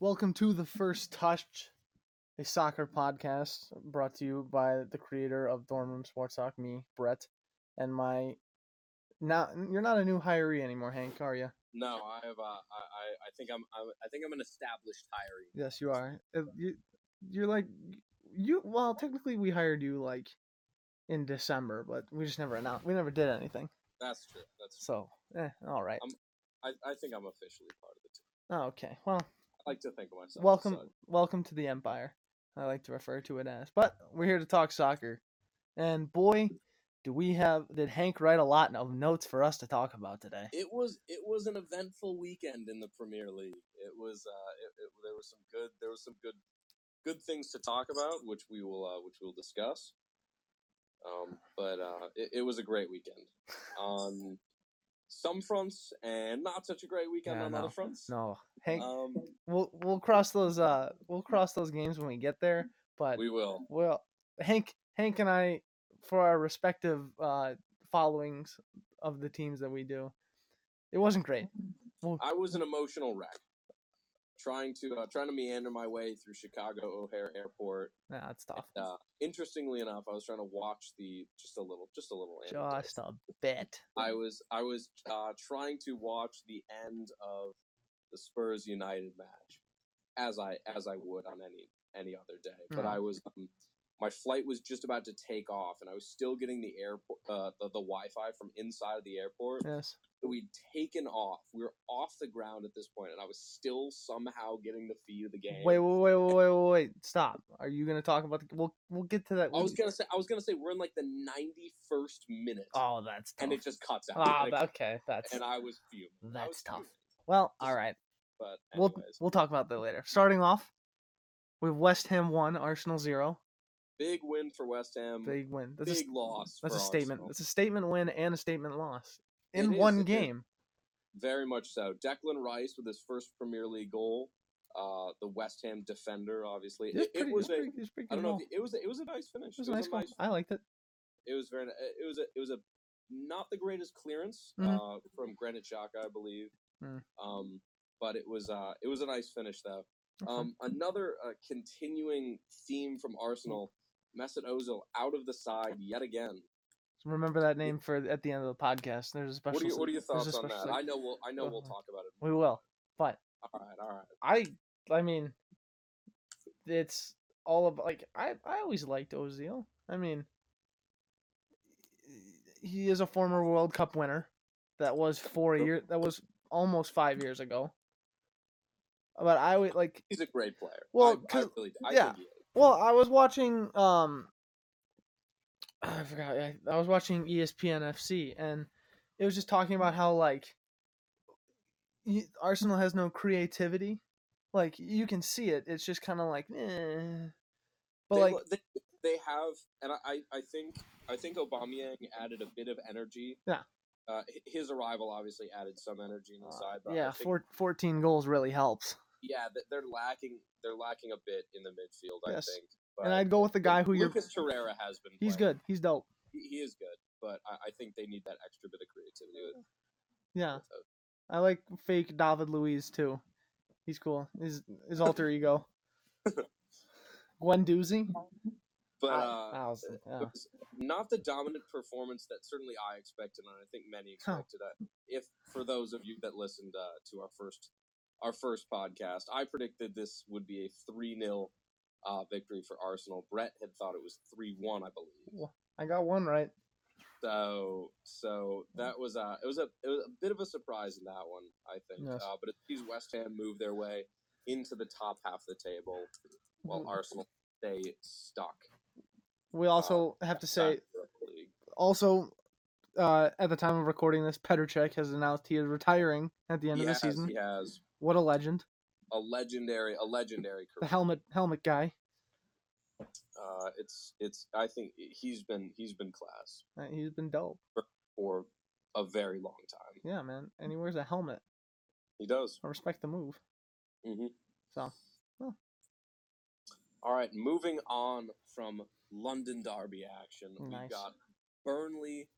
Welcome to the First Touch, a soccer podcast brought to you by the creator of Dorm Room Sports Talk, me, Brett, and my. Now you're not a new hiree anymore, Hank, are you? No, I have. Uh, I, I I think I'm, I'm. I think I'm an established hiree. Yes, you are. Uh, You, you're like you. Well, technically, we hired you like in December, but we just never announced. We never did anything. That's true. That's. True. So, eh, all right. I, I think I'm officially part of the team. Oh, okay. Well, I like to think of myself. as welcome such. welcome to the empire i like to refer to it as but we're here to talk soccer and boy do we have did hank write a lot of notes for us to talk about today It was. It was an eventful weekend in the Premier League. It was. Uh, it, it, there was some good. There was some good, good things to talk about, which we will. Uh, which we'll discuss. Um, but uh, it, it was a great weekend. On some fronts, and not such a great weekend Yeah, on no, other fronts. no hank Um, we'll we'll cross those uh we'll cross those games when we get there but we will. well hank hank and i for our respective uh followings of the teams that we do it wasn't great I was an emotional wreck, trying to uh, trying to meander my way through Chicago O'Hare Airport. nah it's tough Uh, interestingly enough, I was trying to watch the just a little, just a little. anecdote. just a bit I was I was uh, trying to watch the end of the Spurs United match, as I as I would on any any other day. But Yeah. I was um, my flight was just about to take off, and I was still getting the airport uh, the, the Wi-Fi from inside the airport yes that we'd taken off. We were off the ground at this point, and I was still somehow getting the feed of the game. Wait, wait, wait, wait, wait, wait, wait! Stop. Are you gonna talk about the? We'll we'll get to that. I was gonna say, I was gonna say, we're in like the ninety-first minute, Oh, that's tough. and it just cuts out. Ah, and, it- that- okay, that's and I was fuming. I that's was tough. fuming. well. just- All right, But we'll anyways, we'll talk about that later. Starting off with West Ham one, Arsenal zero. big win for West Ham. Mm, Big, Big win. That's a, loss. that's for a statement. Arsenal. That's a statement win and a statement loss It in is, one it is. game. Very much so. Declan Rice with his first Premier League goal. Uh, the West Ham defender, obviously. It's It, it pretty- was it's a. pretty- it's pretty I don't good know. goal. If, it was. A, it was a nice finish. It was a nice goal. nice I liked it. it was very it was a it was a not the greatest clearance Mhm. uh, from Granit Xhaka, I believe. Mm. Um, but it was uh, it was a nice finish though. Okay. Um, another uh, continuing theme from Arsenal, Mesut Ozil out of the side yet again. Remember that name for at the end of the podcast. There's a special. What are, you, what are your se- there's thoughts a on that? special I sec- know we'll I know we'll Uh, talk about it. We will, but All right, all right. I I mean it's all about like I I always liked Ozil. I mean he is a former World Cup winner. That was 4 Yep. years that was almost 5 years ago. But I would like He's a great player. Well, I, I 'cause- really I yeah. think he is. well, I was watching um I forgot I, I was watching E ESPN FC and it was just talking about how like y- Arsenal has no creativity. Like you can see it. It's just kind of like eh. But they, like lo- they, they have, and I- I, I think I think Aubameyang added a bit of energy. Yeah. Uh, Uh, hi- his arrival obviously added some energy in the side, but I yeah, think, four, 14 goals really helps. yeah, th- they're lacking they're lacking a bit in the midfield. Yes. I think. and I'd go with the guy who you're Lucas Torreira has been. He's playing. good. He's dope. He, he is good, but I, I think they need that extra bit of creativity. With, Yeah. with it. I like fake David Luiz too. He's cool. His his alter ego. Gwen Doozy. But I- uh, I was- yeah. It was not the dominant performance that certainly I expected, and I think many Huh. expected. Uh, if for those of you that listened uh, to our first our first podcast, I predicted this would be a three 0 uh, victory for Arsenal. Brett had thought it was three one, I believe. I got one right. So so that was uh it was a it was a bit of a surprise in that one, I think. Yes. Uh, but it sees West Ham move their way into the top half of the table, while Mhm. Arsenal stay stuck. We also uh, have to say Back to the league. also uh, at the time of recording this, Petrček has announced he is retiring at the end he of the has, season. he has What a legend! a legendary, a legendary The career. helmet helmet guy. Uh, it's it's. I think he's been he's been class Uh, He's been dope. for a very long time. Yeah, man. And he wears a helmet. He does. I respect the move. Mhm. So All right, moving on from London Derby action, Nice. we got Burnley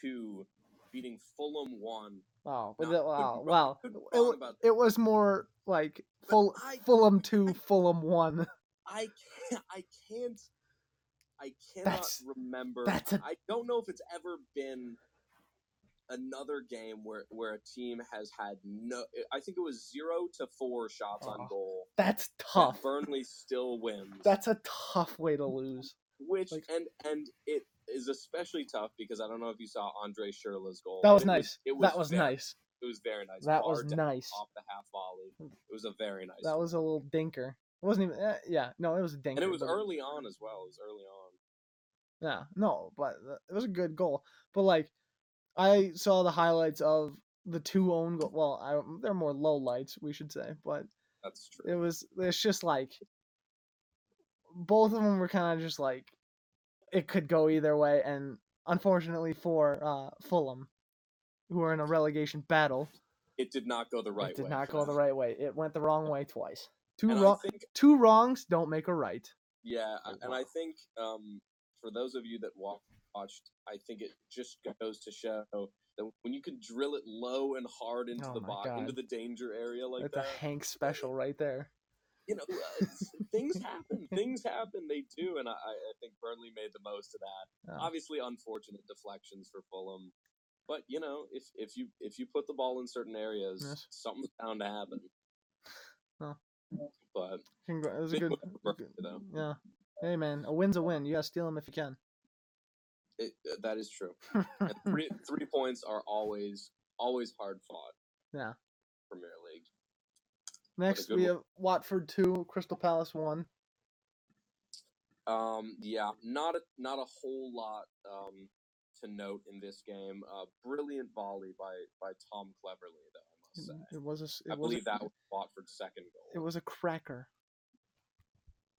two beating Fulham one Wow, but No, that- could be wow, wrong- wow. could be It, wrong wa- about it was more like But full I- Fulham two, Fulham one. I can't. I can't. I cannot That's- remember. that's a- I don't know if it's ever been another game where where a team has had no. I think it was zero to four shots Aw, on goal. That's that tough. Burnley still wins. That's a tough way to lose. which like- and and it is especially tough because I don't know if you saw Andre Schurrle's goal. That but was it nice. it that was very- nice. It was very nice. That Far was down nice. off the half volley. It was a very nice. That was a little dinker. It wasn't even. eh, yeah, no, it was a dinker. and it was but- early on as well. It was early on. Yeah, no, but th- it was a good goal. But like, I saw the highlights of the two own goal. Well, I, don't- they're more low lights, we should say. But That's true. it was. It's just like both of them were kind of just like it could go either way, and unfortunately for uh, Fulham, who are in a relegation battle, It did not go the right. it did way not for go the them. right way. It went the wrong way twice. Two And I wrong. think- Two wrongs don't make a right. Yeah, Oh, a- and I think um, for those of you that wa- watched, I think it just goes to show that when you can drill it low and hard into Oh the my box, God. into the danger area like That's that, a Hank special right there. you know, uh, it's- things happen. Things happen. They do, and I, I I think Burnley made the most of that. Yeah. Obviously, unfortunate deflections for Fulham, but you know, if if you if you put the ball in certain areas, Yes. something's bound to happen. No. But Congra- it was a Big good, win for Burnley, good- though. yeah. Hey man, a win's a win. You gotta steal them if you can. it, that is true. and three three points are always always hard fought. Yeah. Premier League. Next good we one. have Watford two, Crystal Palace one. Um, yeah, not a not a whole lot um, to note in this game. Uh, brilliant volley by by Tom Cleverly, though I must It, say. it was a. s- It I was believe a, that was Watford's second It goal. was a cracker.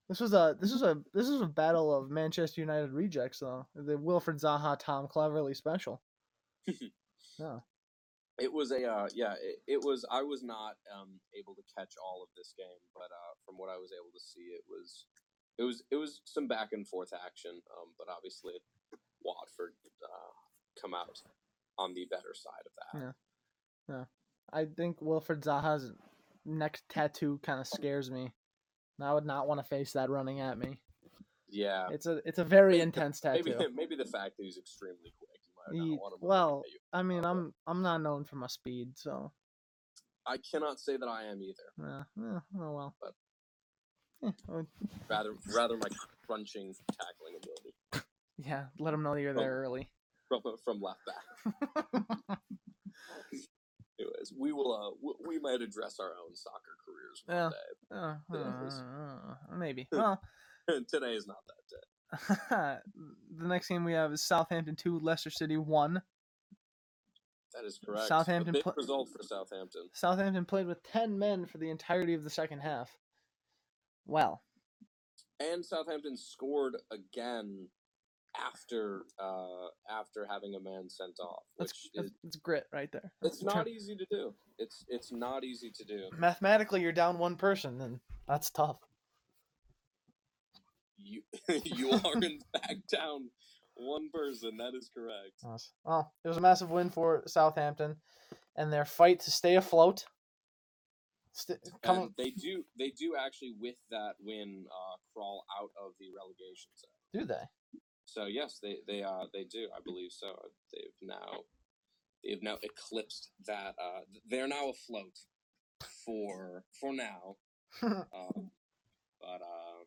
This was a this was a this was a battle of Manchester United rejects though. The Wilfred Zaha Tom Cleverly special. It was a uh, yeah. It, it was. I was not um, able to catch all of this game, but uh, from what I was able to see, it was it was it was some back and forth action. Um, but obviously, Watford uh, come out on the better side of that. I think Wilfred Zaha's neck tattoo kind of scares me. And I would not want to face that running at me. Yeah, It's a it's a very Maybe- intense maybe tattoo. maybe the fact that he's extremely quick. You might Ye- not want him. well, I mean, but- I'm I'm not known for my speed, so I cannot say that I am either. yeah, yeah, oh well. But- Eh, oh, Rather, rather my crunching tackling ability yeah, let them know you're Oh. there early. from uh, from left back. Anyways, we will. Uh, w- we might address our own soccer careers one Yeah. day. Uh, Yeah, it's- uh, maybe. Well, Today is not that day. the next game we have is Southampton two, Leicester City one. That is correct. Southampton A big pla- result for Southampton. Southampton played with ten men for the entirety of the second half. Well, and Southampton scored again after uh, after having a man sent off, that's which that's, is that's grit right there. it's Tur- not easy to do. It's it's not easy to do. mathematically you're down one person, and that's tough. You you are in fact down one person. That is correct. Yes. Well, it was a massive win for Southampton and their fight to stay afloat. St- And coming, they do they do actually with that win uh, crawl out of the relegation zone. do they? So yes, they they uh they do. I believe so. They've now they've now eclipsed that. Uh, they're now afloat for for now. Um, but uh,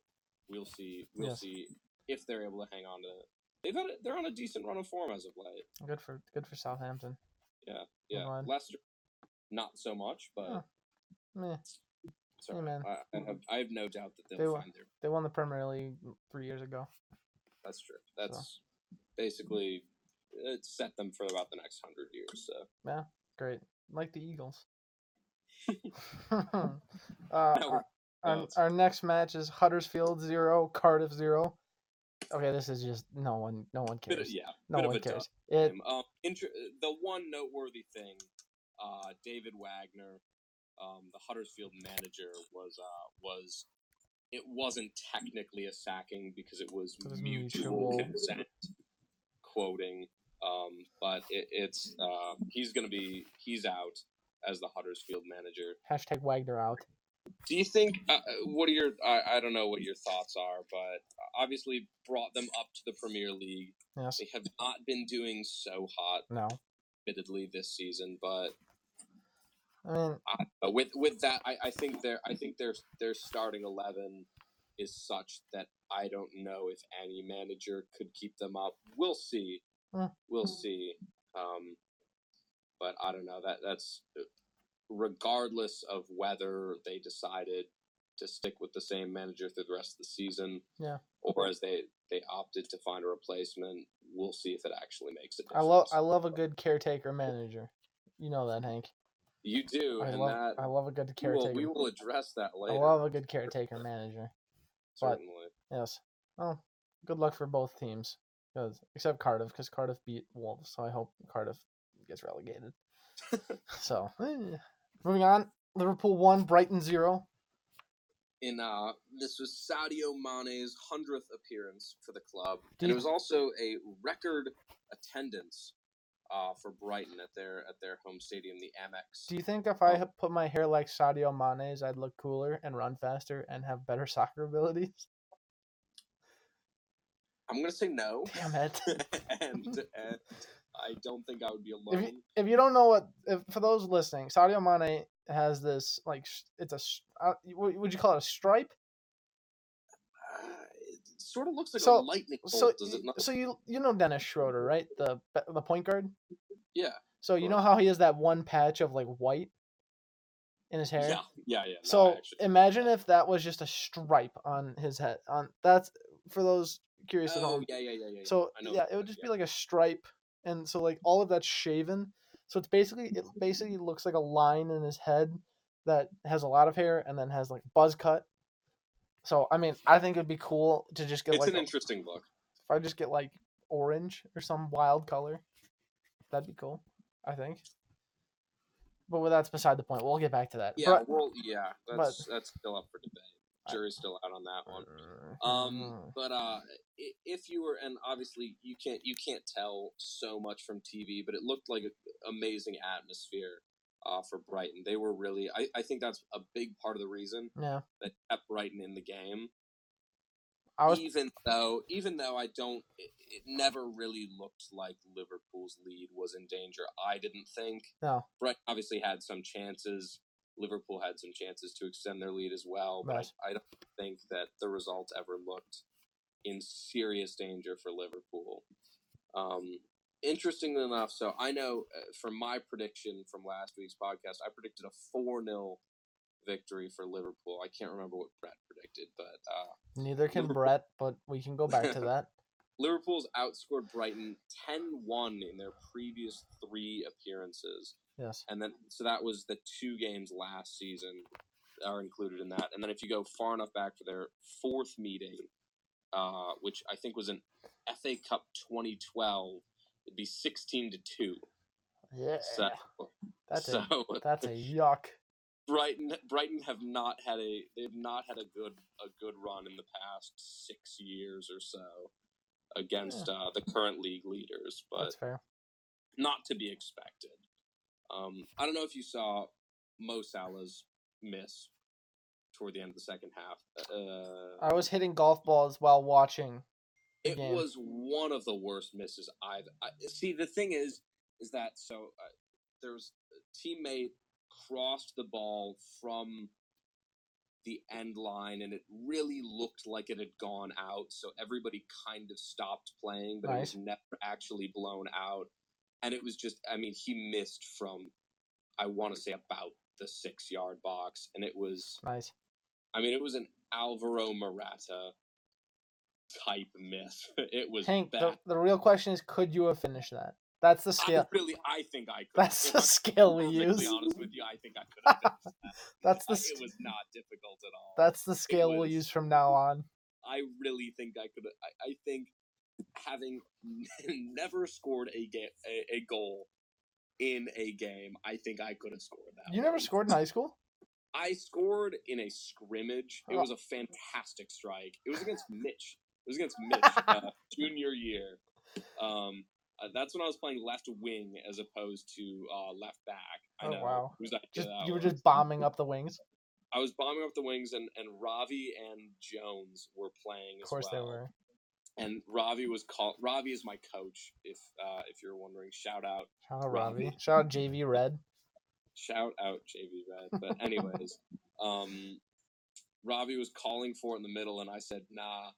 we'll see. We'll Yes. see if they're able to hang on to. It. They've had a, they're on a decent run of form as of late. Good for good for Southampton. Yeah, on. Leicester, not so much, but Huh. Meh. sorry, Hey, man. I, I have I have no doubt that they'll They will. find their. They won the Premier League three years ago. That's true. That's basically it set them for about the next hundred years. So Great, like the Eagles. uh, our, our, it's- our next match is Huddersfield zero, Cardiff zero. Okay, this is just no one. No one bit of, cares. yeah, No bit of one a dud. cares. It him. Um, inter- the one noteworthy thing, uh, David Wagner, um, the Huddersfield manager, was uh, was it wasn't technically a sacking because it was, It was mutual, mutual. consent. Quoting Um, but it, it's uh, he's going to be he's out as the Huddersfield manager. Hashtag Wagner out. Do you think? Uh, what are your? I, I don't know what your thoughts are, but obviously brought them up to the Premier League. Yes. They have not been doing so hot, No. admittedly, this season. But I mean, I, but with with that, I, I think their I think their their starting eleven is such that I don't know if any manager could keep them up. We'll see. Mm. We'll see. Um, but I don't know. That that's regardless of whether they decided to stick with the same manager through the rest of the season. Yeah. Or as they they opted to find a replacement. We'll see if it actually makes a I difference. love I love a good caretaker manager. You know that, Hank. you do, I and love that I love a good we will- caretaker. we will address that I later. love a good caretaker manager. but- certainly. Yes. Well, good luck for both teams, 'cause- except Cardiff, because Cardiff beat Wolves. So I hope Cardiff gets relegated. so eh. moving on, Liverpool one, Brighton zero. in uh, this was Sadio Mane's hundredth appearance for the club, Do and you- it was also a record attendance uh, for Brighton at their at their home stadium, the Amex. Do you think if I had put my hair like Sadio Mane's, I'd look cooler and run faster and have better soccer abilities? I'm gonna say no, Damn it. and, and I don't think I would be if alone. you, if you don't know what if, for those listening sadio mane has this like sh- it's a sh- uh, would would you call it a stripe Uh, it sort of looks like So- a lightning bolt, so Oh, does y- it not? so you you know dennis schroeder right the ba- the point guard Yeah, so you know Right. how he has that one patch of like white in his hair yeah, yeah, yeah. no, I so actually- imagine if that was just a stripe on his head on that's for those curious at Oh home yeah, yeah, yeah, yeah, yeah. So I know yeah, what it you're would talking just be about. like a stripe, and so like all of that's shaven. So it's basically it Mm-hmm. basically looks like a line in his head that has a lot of hair and then has like buzz cut. So I mean, I think it'd be cool to just get It's like an a- interesting look. if I just get like orange or some wild color, that'd be cool. I think. But well, that's beside the point. We'll get back to that. Yeah, well, yeah, but- that's that's still up for debate. Jury's still out on that one. Mm-hmm. Um, but uh, i- if you were, and obviously you can't you can't tell so much from TV, but it looked like an amazing atmosphere uh, for Brighton. They were really, I, I think that's a big part of the reason yeah, that kept Brighton in the game. I was even though, even though I don't, it, it never really looked like Liverpool's lead was in danger. I didn't think. No. Brighton obviously had some chances. Liverpool had some chances to extend their lead as well, but I- Right. I, don't think that the result ever looked in serious danger for Liverpool. Um, interestingly enough, so I know uh, from my prediction from last week's podcast, I predicted a 4 0 victory for Liverpool. I can't remember what Brett predicted, but uh, neither can Liverpool- Brett, but we can go back to that. Liverpool's outscored Brighton 10-1 in their previous three appearances. Yes. And then so that was the two games last season that are included in that. And then if you go far enough back to their fourth meeting, uh, which I think was an FA Cup 2012, it'd be 16 to 2. Yeah. So that's so a That's a yuck. Brighton Brighton have not had a they've not had a good a good run in the past 6 years or so against uh, the current league leaders, but That's fair. not to be expected. Um, I don't know if you saw Mo Salah's miss toward the end of the second half. Uh, I was hitting golf balls while watching. it game. was one of the worst misses I've I, see. The thing is, is that so uh, there was a teammate crossed the ball from the end line, and it really looked like it had gone out. So everybody kind of stopped playing, but it was never actually blown out. And it was just, I mean, he missed from, I want to say about the six yard box, and it was Nice. I mean, it was an Alvaro Morata type miss. It was Hank, bad. the, the real question is could you have finished that? That's the I scale. really, I think I could. That's if the I'm scale we perfectly use. honest with you, I think I could. have finished that. That's the I- sc- It was not difficult at all. That's the scale we'll was- use from now on. I really think I could. I, I think having never scored a, ga- a a goal in a game, I think I could have scored that. You never one. scored in high school? I scored in a scrimmage. It Oh. was a fantastic strike. It was against Mitch. It was against Mitch uh, junior year. Um, Uh, that's when I was playing left wing as opposed to uh, left back. I Oh, know. wow. Who's that? Just that you were was. uh, just bombing up the wings. I was bombing up the wings, and, and Ravi and Jones were playing. Of As course well. they were. And Ravi was called. Ravi is my coach. If uh, if you're wondering, shout out, Shout out Robbie. Robbie. Shout out JV Red. shout out JV Red. But anyways, um, Ravi was calling for it in the middle, and I said, "Nah,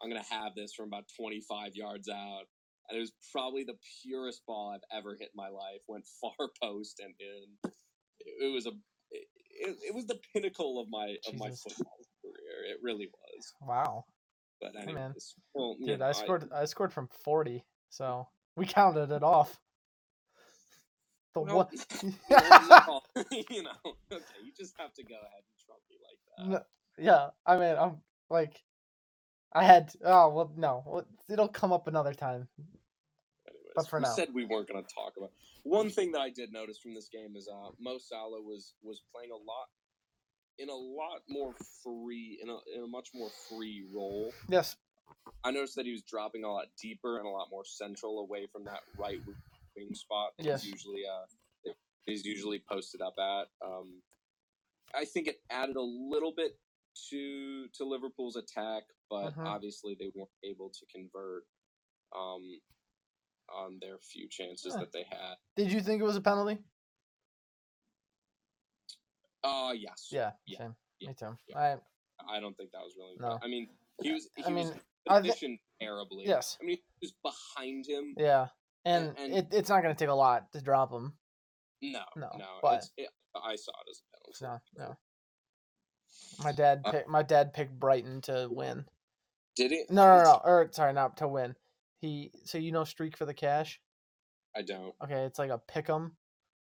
I'm gonna have this from about 25 yards out." And it was probably the purest ball I've ever hit in my life. Went far post and in. It, it was a. It, it, it was the pinnacle of my of my Jesus. football career. It really was. Wow. But man. anyways, well, you Dude, know, I scored I scored from 40. So, we counted it off. The Well, one well, no, you know, okay, you just have to go ahead and trump me like that. No, yeah, I mean, I'm like, I had. Oh well, no, well, it'll come up another time. Anyways, but for we now. said we weren't going to talk about. One thing that I did notice from this game is uh, Mo Salah was was playing a lot in a lot more free in a in a much more free role. Yes, I noticed that he was dropping a lot deeper and a lot more central away from that right wing spot. that Yes. He's usually uh, he's usually posted up at. Um, I think it added a little bit to to Liverpool's attack, but Mhm. obviously they weren't able to convert um, on their few chances Yeah. that they had. did you think it was a penalty? Uh yes. Yeah, Yeah, same. yeah, Me too. yeah. I I don't think that was really. No. I mean, he was. He I was mean, I thi- positioned terribly. yes. I mean, he was behind him. yeah, and, and- it, it's not gonna take a lot to drop him. No, No, no, but- it's, it, I saw it as a penalty. No, no. My dad Uh, picked my dad picked Brighton to win. Did it? No, no, no, or sorry, not to win. He so you know streak for the cash. I don't. okay, it's like a pick 'em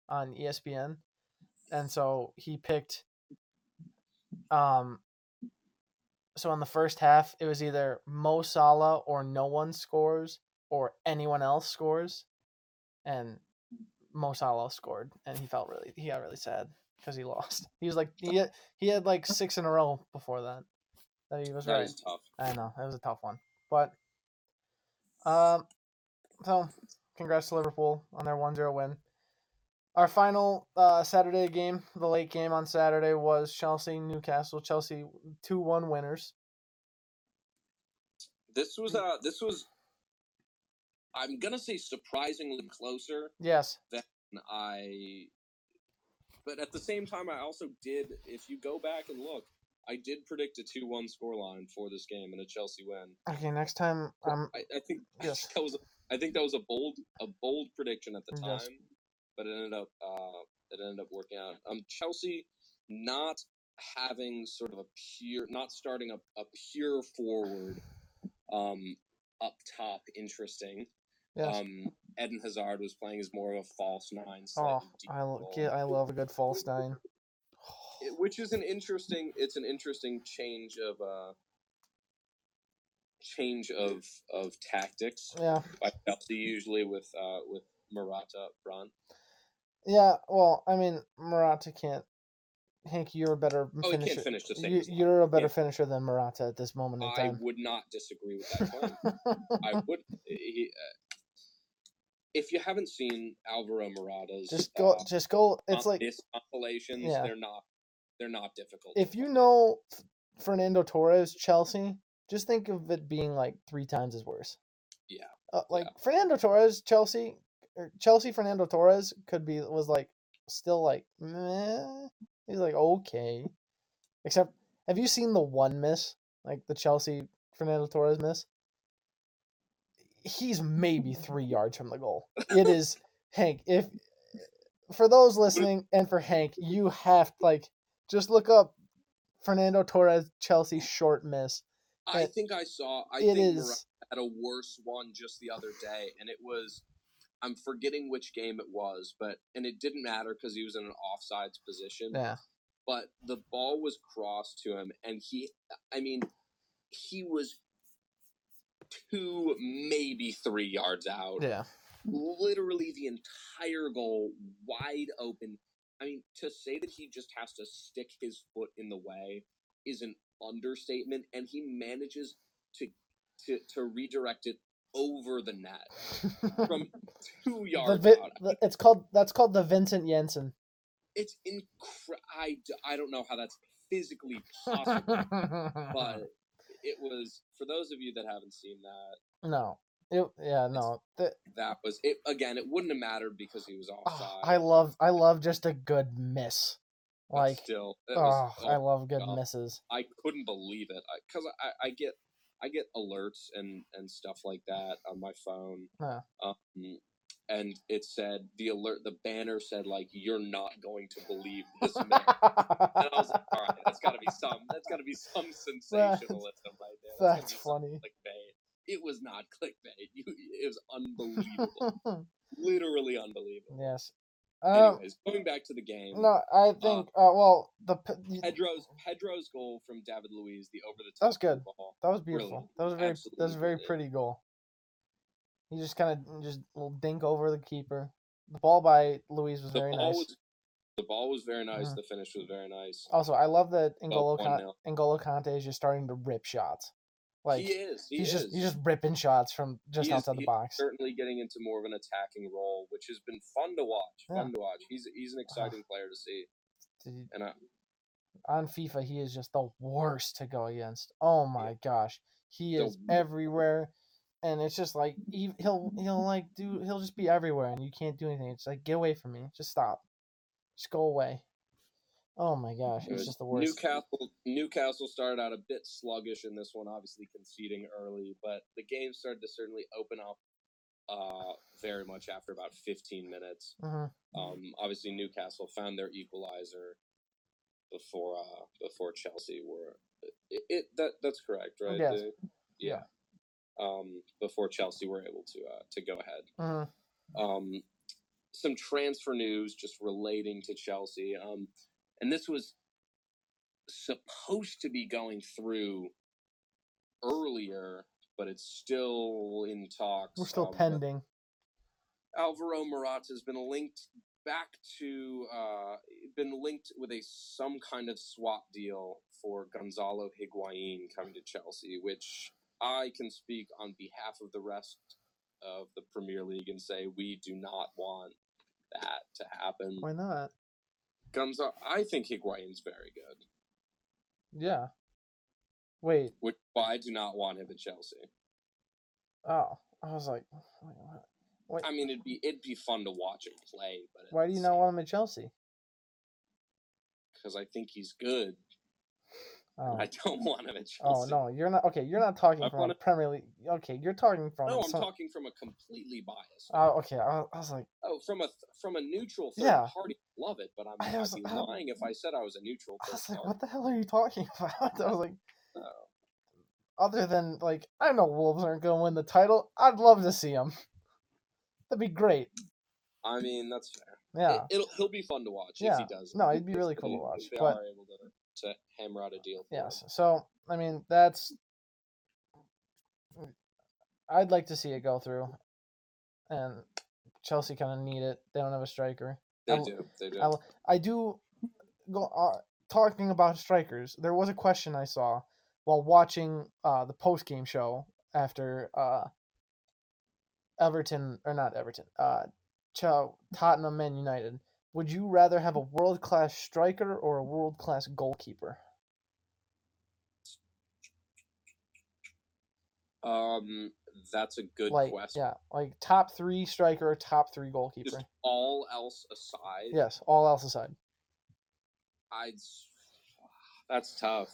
on E ESPN. And so he picked um so in the first half it was either Mo Salah or no one scores or anyone else scores and Mo Salah scored and he felt really he got really sad cuz he lost. He was like he had, he had like 6 in a row before that. That he was That right. was tough. I know that was a tough one, but um, so congrats to Liverpool on their 1-0 win. Our final uh, Saturday game, the late game on Saturday was Chelsea Newcastle. Chelsea two one winners. This was Mm. uh this was I'm gonna say surprisingly closer Yes, than I but at the same time I also did if you go back and look, I did predict a two one scoreline for this game and a Chelsea win. okay. Next time, um, I, I think Yes. Mm, that was I think that was a bold a bold prediction at the time, Yes. but it ended up uh, it ended up working out. Um, Chelsea not having sort of a pure not starting a, a pure forward um, up top interesting. yes. Um, Eden Hazard was playing as more of a false nine, oh, slightly deep I lo- role, ki- I love a good false nine. it- which is an interesting. It's an interesting change of uh, change of of tactics Yeah, by Chelsea usually with uh, with Murata up front. yeah. Well, I mean, Murata can't. Hank, you're a better Oh, he finisher. can't finish the same. you, as Lautaro. you're a better Yeah. finisher than Murata at this moment in I time. would not disagree with that claim. I would. he- uh, If you haven't seen Alvaro Murata's just go uh, just go it's comp- like his compilations, yeah. they're not they're not difficult. if to you find. know F- fernando torres chelsea just think of it being like three times as worse Yeah, uh, like fernando torres chelsea or chelsea fernando torres could be was like still like meh. he's like okay except have you seen the one miss like the chelsea fernando torres miss he's maybe three yards from the goal it is hank if for those listening and for hank you have like just look up Fernando Torres Chelsea short miss. I it- think I saw. it I think Morata is had a worse one just the other day, and it was. I'm forgetting which game it was, but and it didn't matter because he was in an offsides position. yeah. but the ball was crossed to him and he i mean he was two maybe three yards out Yeah. literally the entire goal wide open i mean to say that he just has to stick his foot in the way is an understatement and he manages to to, to redirect it over the net from two the, yards Vi- out. the- it's called that's called the Vincent Jensen. It's incre- I, d- I don't know how that's physically possible, but it was for those of you that haven't seen that. no, it, yeah, no. The- That was it again. It wouldn't have mattered because he was oh, offside. I love I love just a good miss. but Like still, it oh, was- I love good God. misses. I couldn't believe it because I, I, get I get alerts and and stuff like that on my phone, Huh. um, and it said the alert the banner said like you're not going to believe this man. And I was like, all right, that's got to be some. That's got to be some sensationalism right there. gotta That's be some funny. Clickbait. It was not clickbait. You, it was unbelievable, literally unbelievable. yes. Um, Anyways, going back to the game. no, I think. Uh, well, the p- you- Pedro's Pedro's goal from David Luiz, the over the top. That was good. Ball, that was beautiful. brilliant. That was a very that was a Absolutely very brilliant. pretty goal. He just kind of just will dink over the keeper. The ball by Louise was the very ball nice. was the ball was very nice. Mhm. The finish was very nice. Also, I love that Oh, N'Golo, one Con- nil. N'Golo Conte is just starting to rip shots. Like he is. He he's is. just he's just ripping shots from just He is- outside he er the is box. certainly getting into more of an attacking role, which has been fun to watch. Fun to watch. He's he's an Uh-huh. exciting player to see. Dude, And I, On FIFA, he is just the worst to go against. Oh my gosh, he The is w- everywhere, and it's just like he, he'll he'll like do he'll just be everywhere, and you can't do anything. It's like get away from me, just stop, just go away. Oh my gosh, it it's was- just the worst. Newcastle Newcastle started out a bit sluggish in this one, obviously conceding early, but the game started to certainly open up uh, very much after about 15 minutes. hmm Um, obviously, Newcastle found their equalizer before uh, before Chelsea were it, it that that's correct, right? Yes. Dave? Yeah. Um, before Chelsea were able to uh, to go ahead. hmm Um, some transfer news just relating to Chelsea. Um, and this was supposed to be going through earlier, but it's still in talks. We're still Um, but- pending. Alvaro Morata has been linked back to uh, been linked with a some kind of swap deal for Gonzalo Higuain coming to Chelsea, which I can speak on behalf of the rest of the Premier League and say we do not want that to happen. Why not? Gonzalo, I think Higuain's very good, Yeah. Wait. which why I do not want him at Chelsea. Oh, I was like, wait, what? Wait, I mean, it'd be it'd be fun to watch him play, but why do you not want him at Chelsea? Because I think he's good. Oh, I don't want him at Chelsea. oh no, you're not. Okay, you're not talking I from wanna- a Premier League. Okay, you're talking from. No, I'm some- talking from a completely biased. Oh, okay. I, wa- I was like, oh, from a th- from a neutral third Yeah. party. Love it, but I'm I I'd was- be I don't- lying if I said I was a neutral I third was like, party. what the hell are you talking about? I was like, Oh. other than like, I know Wolves aren't going to win the title. I'd love to see them. That'd be great. I mean, that's fair. Yeah. It, will he'll be fun to watch Yeah. if he does. it. No, it'd be really If cool to they- if watch, They but- are able to, to hammer out a deal. for him. Yes. So I mean, that's. I'd like to see it go through, and Chelsea kind of need it. They don't have a striker. they I'll- do. They do. I'll- I do go uh, talking about strikers. There was a question I saw while watching uh, the post game show after uh, Everton or not Everton, uh, Cho- Tottenham Man United. Would you rather have a world class striker or a world class goalkeeper? um, that's a good like question. yeah, like top three striker, or top three goalkeeper. Just all else aside, Yes, all else aside. I'd. s- That's tough.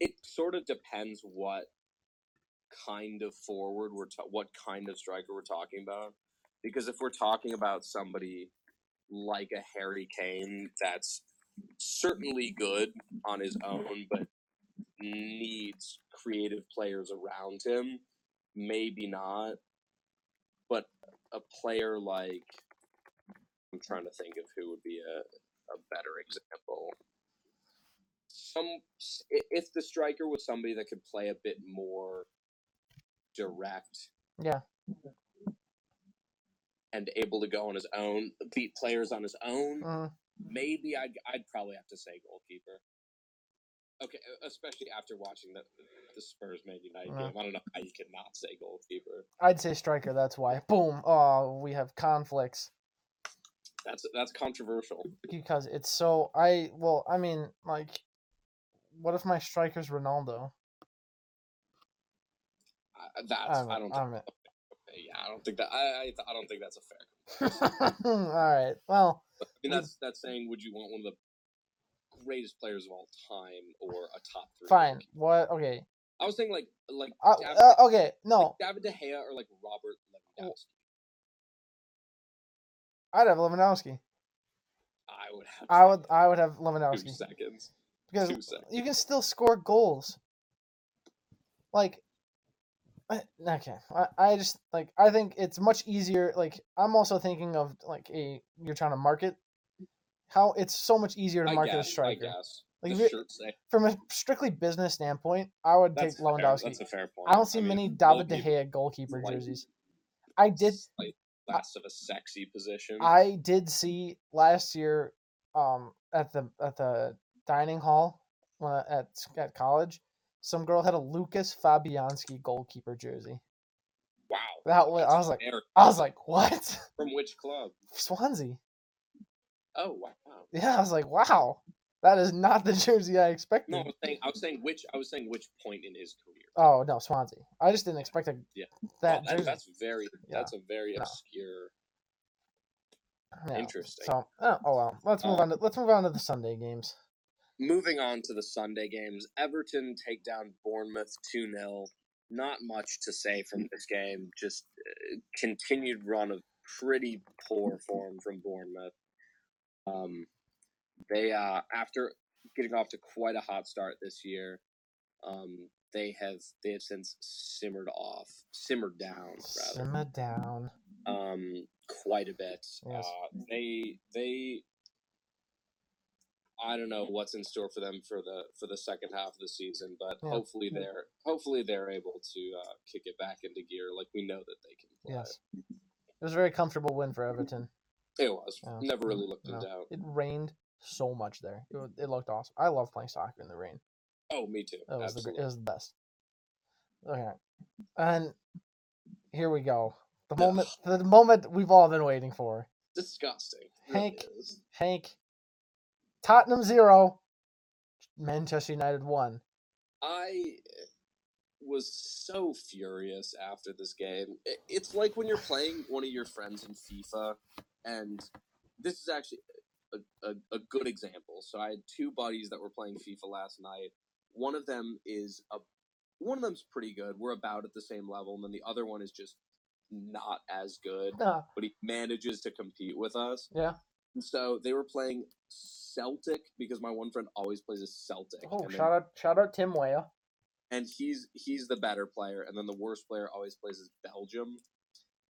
It sort of depends what kind of forward we're ta- what kind of striker we're talking about. Because if we're talking about somebody like a Harry Kane, that's certainly good on his own, but needs creative players around him. Maybe not, but a player like I'm trying to think of who would be a, a better example. Some i- if the striker was somebody that could play a bit more direct, Yeah. and able to go on his own, beat players on his own. Mm, Maybe I'd I'd probably have to say goalkeeper. Okay, e, especially after watching the, the Spurs Man United Yeah. game, I don't know how you could not say goalkeeper. I'd say striker. That's why. Boom. Oh, we have conflicts. That's that's controversial. because it's so I well I mean like what if my striker's Ronaldo? I, that's I'm, I don't. I'm it. think, yeah, I don't think that. I, I I don't think that's a fair. All right. Well, I mean, We- that's that's saying, would you want one of the greatest players of all time or a top three? fine. goalkeeper? What? Okay. I was thinking like like Uh, David, uh, okay. No, Oh. like David De Gea or like Robert Lewandowski. I'd have Lewandowski. I would have. I would. I would have two Lewandowski seconds. because Two seconds. you can still score goals. Like, I- okay. I, I just like I think it's much easier. Like I'm also thinking of like a you're trying to market. How it's so much easier to I market a guess. I striker. guess. Like, The if you're- shirt say- from a strictly business standpoint, I would That's take fair, Lewandowski. That's a fair point. I don't see mean, many goalkeeper David De Gea goalkeeper slightly- jerseys. I did. slight- less of a sexy position. I did see last year, um, at the at the dining hall when I, at s- at college, some girl had a Lucas Fabianski goalkeeper jersey. wow. That was that's I was like fair. I was like what from which club? Swansea? Oh wow. Yeah, I was like wow, that is not the jersey I expected. No, I was saying I was saying which I was saying which point in his career. Oh no, Swansea. I just didn't expect a, Yeah. that Wow, that- jersey. that's very Yeah. that's a very No. obscure Yeah. interesting. So, oh, oh well, let's move Um, on. To, let's move on to the Sunday games. Moving on to the Sunday games, Everton take down Bournemouth 2 0. Not much to say from this game, just uh, continued run of pretty poor form from Bournemouth. Um, they, uh, after getting off to quite a hot start this year, um, they have they have since simmered off, simmered down, rather Simmer down. um, quite a bit. Yes. Uh, they they I don't know what's in store for them for the for the second half of the season, but Yeah. hopefully Yeah. they're hopefully they're able to uh, kick it back into gear, like we know that they can. play. Yes, it was a very comfortable win for Everton. it was Yeah. never really looked No. in doubt. It rained so much there. It, wa- it looked awesome. I love playing soccer in the rain. Oh, me too. It was the gr- Absolutely. it was the best. Okay, and here we go. The Yeah. moment, the moment we've all been waiting for. Disgusting. It really Hank- is. Hank, Tottenham zero, Manchester United one. I was so furious after this game. I- It's like when you're playing one of your friends in FIFA, and this is actually a, a, a good example. So I had two buddies that were playing FIFA last night. One of them is a one of them's pretty good. We're about at the same level, and then the other one is just not as good, Ah, but he manages to compete with us. yeah. And so they were playing Celtic because my one friend always plays as Celtic. Oh, and then shout out, shout out Tim Weah. and he's he's the better player and then the worst player always plays is belgium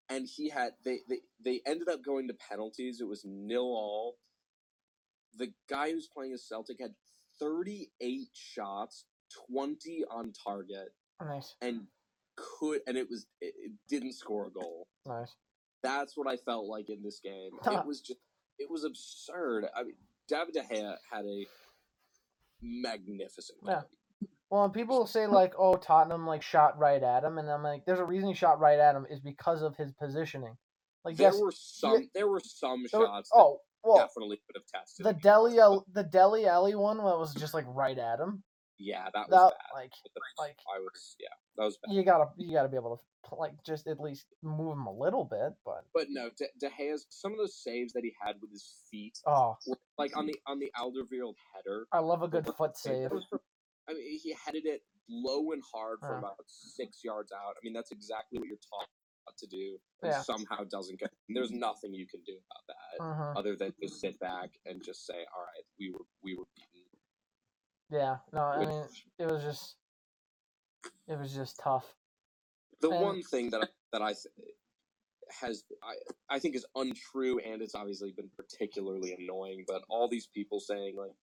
and he had they they, they ended up going to penalties it was nil all the guy who's playing as celtic had 38 shots 20 on target Nice, and could and it was it, it didn't score a goal nice. that's what i felt like in this game Huh. it was just it was absurd i mean david de gea had a magnificent Yeah. game. Well, and people say like, "Oh, Tottenham like shot right at him," and I'm like, "There's a reason he shot right at him is because of his positioning." Like, there yes, were some there were some there were- shots that oh, well, definitely could have tested. the me. Delhi Al- the Delhi Alley one that was just like right at him. Yeah, that was That bad. like But then like I was yeah, that was bad. you gotta you gotta be able to p- like just at least move him a little bit, but But no, De, De Gea's some of those saves that he had with his feet, oh, were, like on the on the Alderweireld header. I love a good Those foot it save. was from- I mean, he headed it low and hard from Yeah. about six yards out. I mean, that's exactly what you're taught to do, and Yeah. somehow doesn't go. And there's nothing you can do about that hmm other than just sit back and just say, "All right, we were we were beaten." Yeah, no, I Which- mean it was just it was just tough. the And- one thing that I, that I th- has I, I think is untrue and it's obviously been particularly annoying but all these people saying like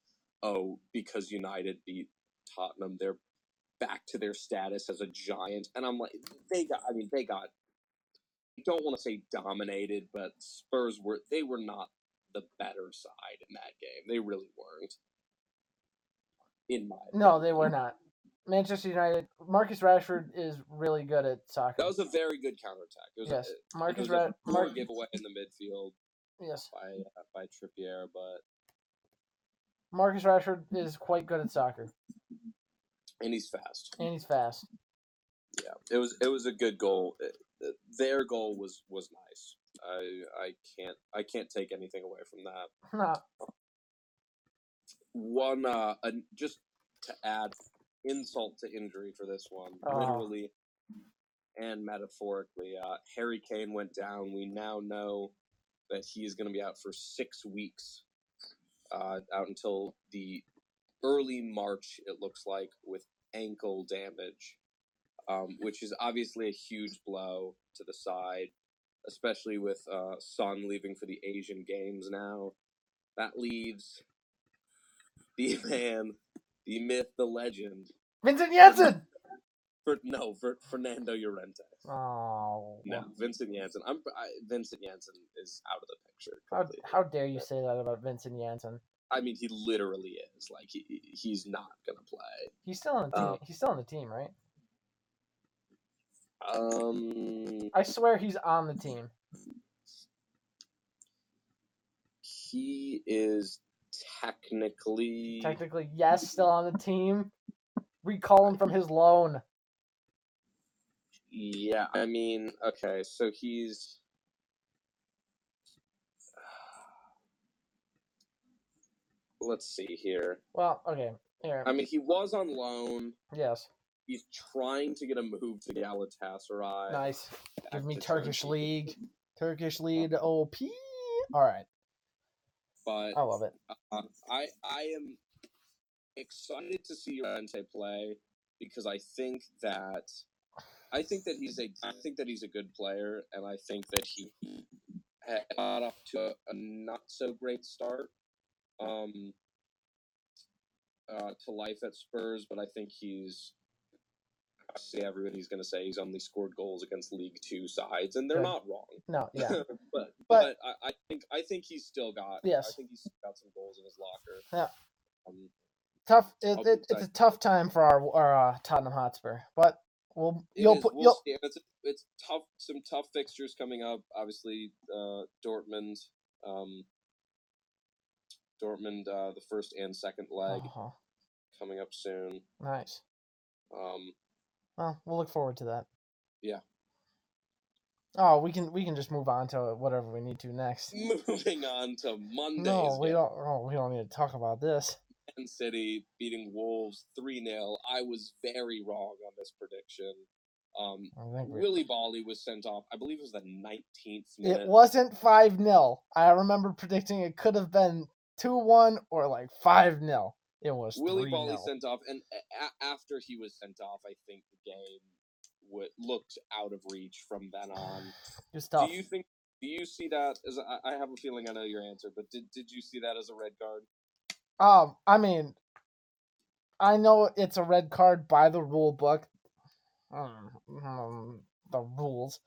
oh because united beat tottenham they're back to their status as a giant and i'm like they got i mean they got I don't want to say dominated but spurs were they were not the better side in that game they really weren't In my No, they opinion. were not. Manchester United. Marcus Rashford is really good at soccer. That was a very good counterattack. It was yes, a, Marcus it was Ra- a poor Mar- giveaway in the midfield Yes, by uh, by Trippier, but Marcus Rashford is quite good at soccer, and he's fast. and he's fast. Yeah, it was it was a good goal. It- it- their goal was was nice. I I can't I can't take anything away from that. No, One uh, an just to add insult to injury for this one, Oh. literally and metaphorically, uh, Harry Kane went down. We now know that he is going to be out for six weeks, uh, out until the early March. It looks like with ankle damage. um, which is obviously a huge blow to the side, especially with uh, Son leaving for the Asian Games now. That leaves the man, the myth, the legend. Vincent Janssen. For, no, for Fernando Llorente. Oh, No, Vincent Janssen. I'm I, Vincent Janssen is out of the picture. How, completely. how dare you say that about Vincent Janssen? I mean, he literally is like he he- he's not gonna play. He's still on the team. Oh. he's still on the team, right? Um, I swear he's on the team. he is technically Technically, yes, still on the team. Recall him from his loan. Yeah, I mean, okay, so he's. Let's see here. Well, okay, here, I mean, he was on loan. yes, He's trying to get a move to Galatasaray. nice. back Give me to Turkish Turkey, league, Turkish league OP. All right, But I love it. uh, I I am excited to see Llorente play because I think that I think that he's a I think that he's a good player, and I think that he ha- got off to a, a not so great start um, uh, to life at Spurs, but I think he's. I see everybody's going to say he's only scored goals against League Two sides, and they're Okay. not wrong. No, yeah. but But- but, I, I think I think he's still got Yes. I think he's still got some goals in his locker. Yeah. Um, tough. It, I'll be it, it's a tough time for our, our uh, Tottenham Hotspur, but we'll it you'll is- put we'll you'll see. It's, it's tough. Some tough fixtures coming up. Obviously, uh, Dortmund, um, Dortmund, uh, the first and second leg uh-huh. coming up soon. nice. Um, Well, we'll look forward to that. Yeah. Oh, we can we can just move on to whatever we need to next. moving on to Monday's No, we game. don't. Oh, we don't need to talk about this. Man City beating Wolves three 0 I was very wrong on this prediction. Um, I think we, Willie Bally was sent off. I believe it was the 19th minute. it wasn't five 0 I remember predicting it could have been two one or like five 0 It was Willie three Bally 0 sent off, and a- a- after he was sent off, I think the game w- looked out of reach from then on. Good stuff. Do you think? Do you see that as? I I have a feeling I know your answer, but did did you see that as a red card? Um, I mean, I know it's a red card by the rule book, um, um, the rules.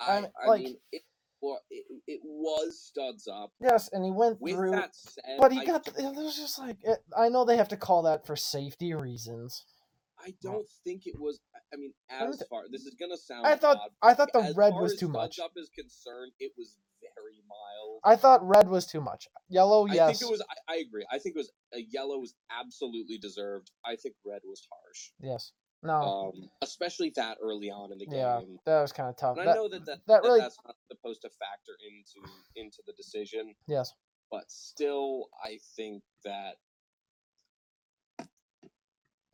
I mean, like- it, well, it, it was studs up. Yes, and he went With through, that said, but he I- got. It was just like it, I know they have to call that for safety reasons. I don't think it was. I- I mean, as th- far this is gonna sound. I thought odd, I thought the Oh as red far was as too much. studs Up is concerned, it was very mild. I thought red was too much. Yellow, I yes, think it was. I, I agree. I think it was a yellow was absolutely deserved. I think red was harsh, yes, no, um, especially that early on in the game. Uh-huh. yeah, that was kind of tough. and I That- know that, that, that really- that's not supposed to factor into into the decision, yes, but still, I think that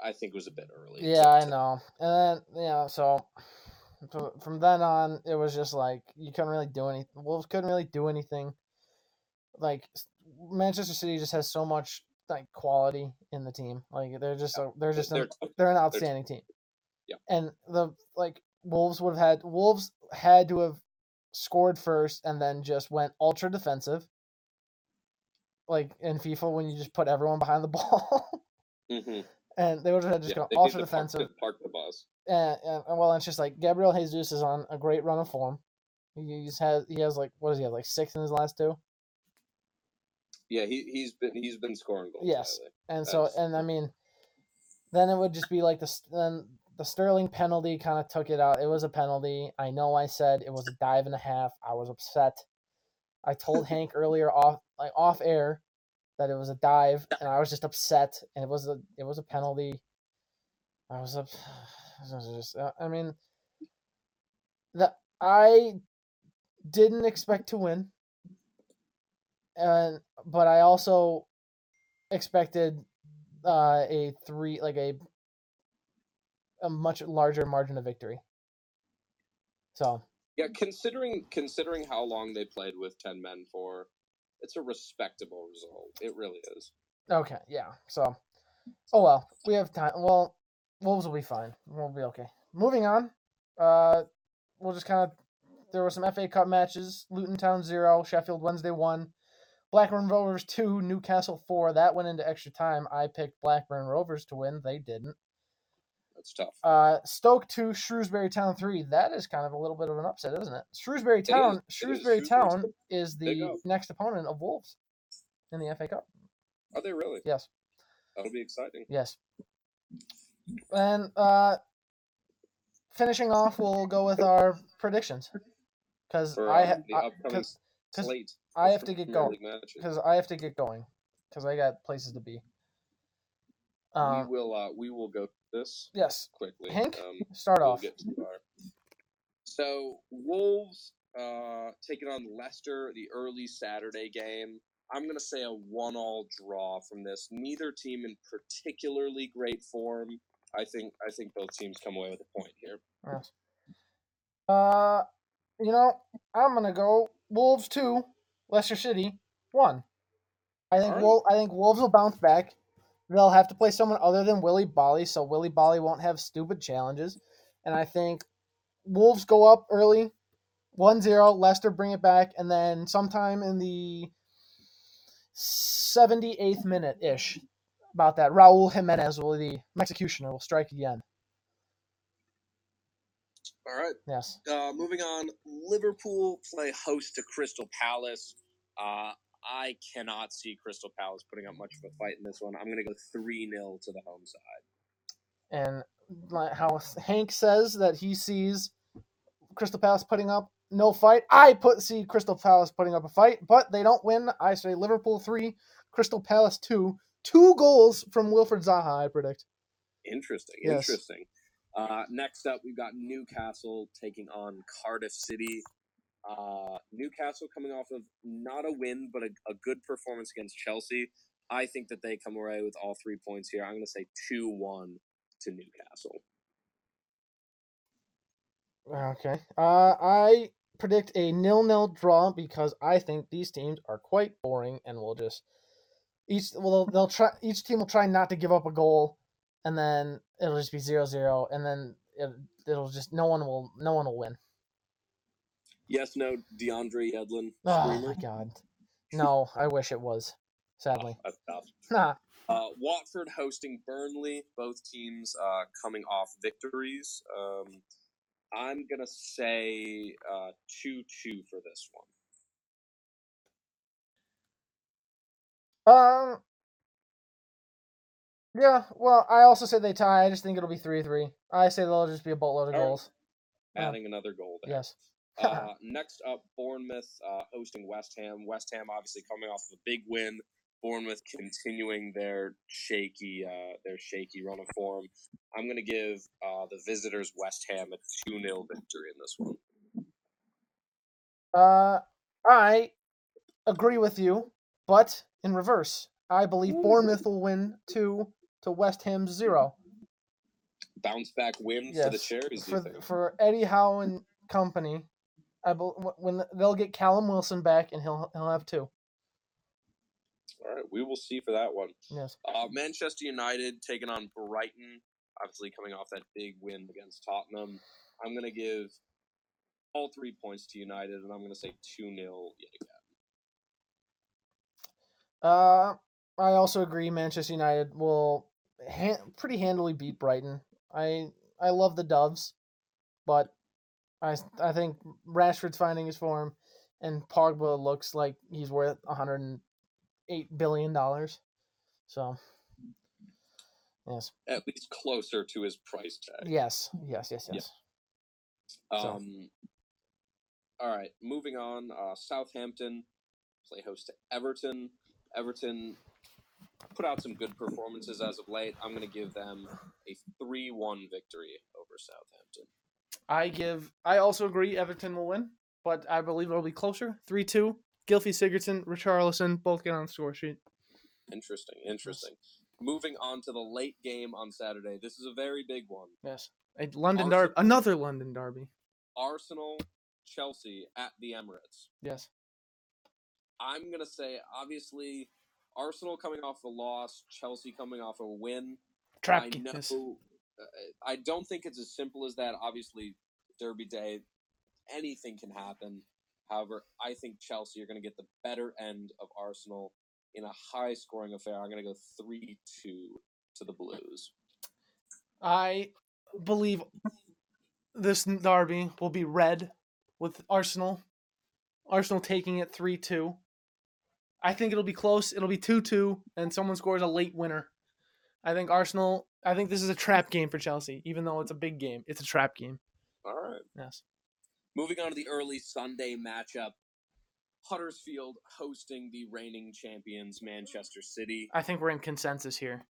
I think it was a bit early. to- Yeah, I to- know. And then yeah, so fr- from then on, it was just like you couldn't really do anything. Wolves couldn't really do anything. Like s- Manchester City just has so much like quality in the team. Like they're just a, they're just They're an, they're an t- outstanding team. Yeah. And the like Wolves would have had Wolves had to have scored first and then just went ultra defensive. Like in FIFA when you just put everyone behind the ball. Mhm. and they would have just Yeah, gone they did ultra the park- defensive they parked the bus. and, uh, and and, well, it's just like Gabriel Jesus is on a great run of form. He- He's has he has like what does he have like six in his last two, Yeah, he he's been he's been scoring goals. Yes. lately. and so That's- and I mean, Then it would just be like the s- then the Sterling penalty kind of took it out. It was a penalty. I know I said it was a dive and a half. I was upset. I told Hank earlier off like off air that it was a dive, and I was just upset. And it was a it was a penalty. I was up. I was just- uh, I mean, the I didn't expect to win, and but I also expected uh, a three like a a much larger margin of victory. So Yeah, considering considering how long they played with ten men for, it's a respectable result. It really is. okay, yeah. So oh well, we have time. Well, Wolves will be fine. We'll be okay. Moving on. Uh, we'll just kind of there were some FA Cup matches. Luton Town zero, Sheffield Wednesday one, Blackburn Rovers two, Newcastle four. That went into extra time. I picked Blackburn Rovers to win. They didn't. That's tough. Uh, Stoke two, Shrewsbury Town three. That is kind of a little bit of an upset, isn't it? Shrewsbury is, Town, it is. Shrewsbury Shrewsbury's Town the is big the up. next opponent of Wolves in the FA Cup. Are they really? Yes, That'll be exciting. yes. And uh, finishing off, we'll go with our predictions because For I, um, ha- the I- upcoming 'cause- 'cause slate. I of have to get Premier going. League matches. because I have to get going because I got places to be. Um, we will uh, we will go through this yes, quickly. Hank, um, start we'll off. get to our- So Wolves uh, taking on Leicester, the early Saturday game. I'm gonna say a one-all draw from this. Neither team in particularly great form. I think I think both teams come away with a point here. Yes. Uh, you know, I'm gonna go Wolves two, Leicester City one. I think Alright. Wol- I think Wolves will bounce back. They'll have to play someone other than Willie Bolly, so Willie Bolly won't have stupid challenges. And I think Wolves go up early, 1-0, Leicester bring it back, and then sometime in the 78th minute ish, about that, Raul Jimenez will the executioner will strike again. All right. Yes. uh, moving on, Liverpool play host to Crystal Palace. Uh, I cannot see Crystal Palace putting up much of a fight in this one. I'm going to go 3 0 to the home side. and like how Hank says that he sees Crystal Palace putting up no fight. I put see Crystal Palace putting up a fight, but they don't win. I say Liverpool three, Crystal Palace two, two goals from Wilfred Zaha. I predict. Interesting. Yes. Interesting. Uh, next up, we've got Newcastle taking on Cardiff City. Uh, Newcastle coming off of not a win, but a, a good performance against Chelsea. I think that they come away with all three points here. I'm going to say 2 1 to Newcastle. Okay. Uh, I predict a nil-nil draw because I think these teams are quite boring and will just each well they'll try each team will try not to give up a goal and then it'll just be zero-zero and then it, it'll just no one will no one will win. Yes, no, DeAndre Edlin. Oh screamer. my god. No, I wish it was. Sadly. That's tough. Nah. Uh, Watford hosting Burnley. Both teams uh, coming off victories. Um, I'm gonna say uh, two two for this one. Um Yeah, well, I also say they tie. I just think it'll be 3 3. I say they'll just be a boatload of Alright. goals. Yeah. Adding another goal there. Yes. uh, next up, Bournemouth uh, hosting West Ham. West Ham obviously coming off of a big win. Bournemouth continuing their shaky uh, their shaky run of form. I'm gonna give uh, the visitors West Ham a two 0 victory in this one. Uh, I agree with you, but in reverse. I believe Bournemouth will win 2 to West Ham 0 Bounce back win for the Yes, cherries. you for, think? for Eddie Howe and company. I bel when the- they'll get Callum Wilson back and he'll he'll have two. All right, we will see for that one. Yes. Uh, Manchester United taking on Brighton, obviously coming off that big win against Tottenham. I'm going to give all three points to United, and I'm going to say 2 0 yet again. Uh, I also agree. Manchester United will han- pretty handily beat Brighton. I I love the Doves, but I s- I think Rashford's finding his form, and Pogba looks like he's worth 108 billion dollars. So Yes. at least closer to his price Uh, tag. Yes. Yes. Yes. Yeah. Yes. so- Um, all right, moving on. Uh, Southampton play host to Everton. Everton put out some good performances as of late. I'm going to give them a 3 1 victory over Southampton. I give. I also agree Everton will win, but I believe it'll be closer. Three two. Gilfie Sigurdsson, Richarlison both get on the score sheet. Interesting, interesting. Moving on to the late game on Saturday. This is a very big one. Yes. A London Arsenal- derby. Another London derby. Arsenal, Chelsea at the Emirates. Yes. I'm going to say, obviously, Arsenal coming off a loss, Chelsea coming off a win. Trap I kick, know. yes. uh, I don't think it's as simple as that. Obviously, Derby Day, anything can happen. However, I think Chelsea are going to get the better end of Arsenal in a high scoring affair. I'm going to go 3 2 to the Blues. I believe this derby will be red with Arsenal. Arsenal taking it 3 2. I think it'll be close. It'll be 2 2, and someone scores a late winner. I think Arsenal, I think this is a trap game for Chelsea, even though it's a big game. It's a trap game. All right. Yes. Moving on to the early Sunday matchup Huddersfield hosting the reigning champions, Manchester City. I think we're in consensus here.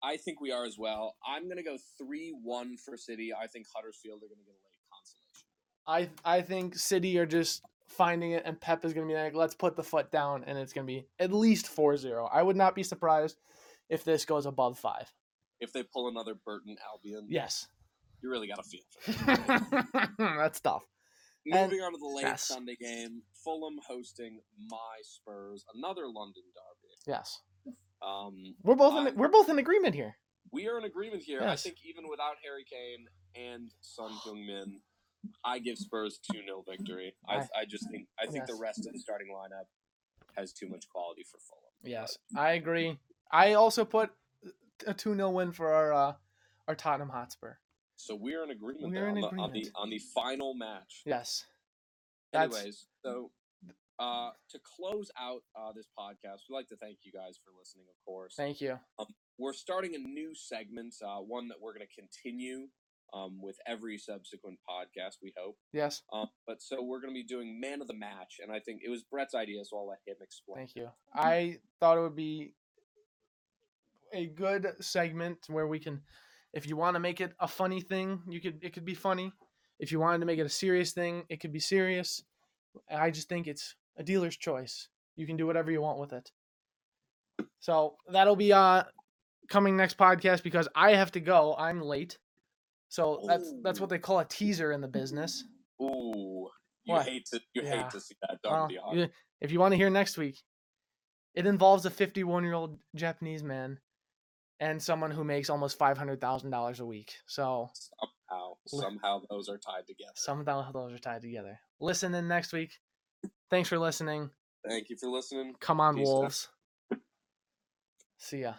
I think we are as well. I'm going to go 3 1 for City. I think Huddersfield are going to get a late consolation. I I think City are just finding it, and Pep is going to be like, let's put the foot down, and it's going to be at least 4 0. I would not be surprised if this goes above 5. If they pull another Burton Albion, Yes. you really got to feel for it. That's tough. And- Moving on to the late Yes. Sunday game Fulham hosting my Spurs, another London derby. Yes, Um, we're both in, I'm- we're both in agreement here. we are in agreement here. I Yes. think even without Harry Kane and Sun Jung Min, I give Spurs 2 0 victory. I, I- I just think I think the Yes. rest of the starting lineup has too much quality for Fulham. Yes, I agree. I also put a two 0 win for our uh, our Tottenham Hotspur. So we're in agreement, We're there in on, The, on the agreement. on the final match. Yes, That's- Anyways, so uh, to close out uh, this podcast, we'd like to thank you guys for listening. Of course, thank you. we're starting a new segment, uh, one that we're going to continue um, with every subsequent podcast. We hope. Yes, Um, but so we're going to be doing man of the match, and I think it was Brett's idea, so I'll let him explain. thank you. I thought it would be a good segment where we can, if you want to make it a funny thing, you could it could be funny. If you wanted to make it a serious thing, it could be serious. I just think it's a dealer's choice. You can do whatever you want with it. So that'll be uh coming next podcast because I have to go. I'm late. So that's that's what Ooh. they call a teaser in the business. Ooh, you What? hate to you Yeah. hate to see that Well, done to the you- audience. if you want to hear next week, it involves a 51 year old Japanese man and someone who makes almost $500,000 a week. So Somehow, Li- somehow those are tied together. some of those are tied together. Listen in next week. Thanks for listening. Thank you for listening. Come on, Peace out. Wolves. See ya.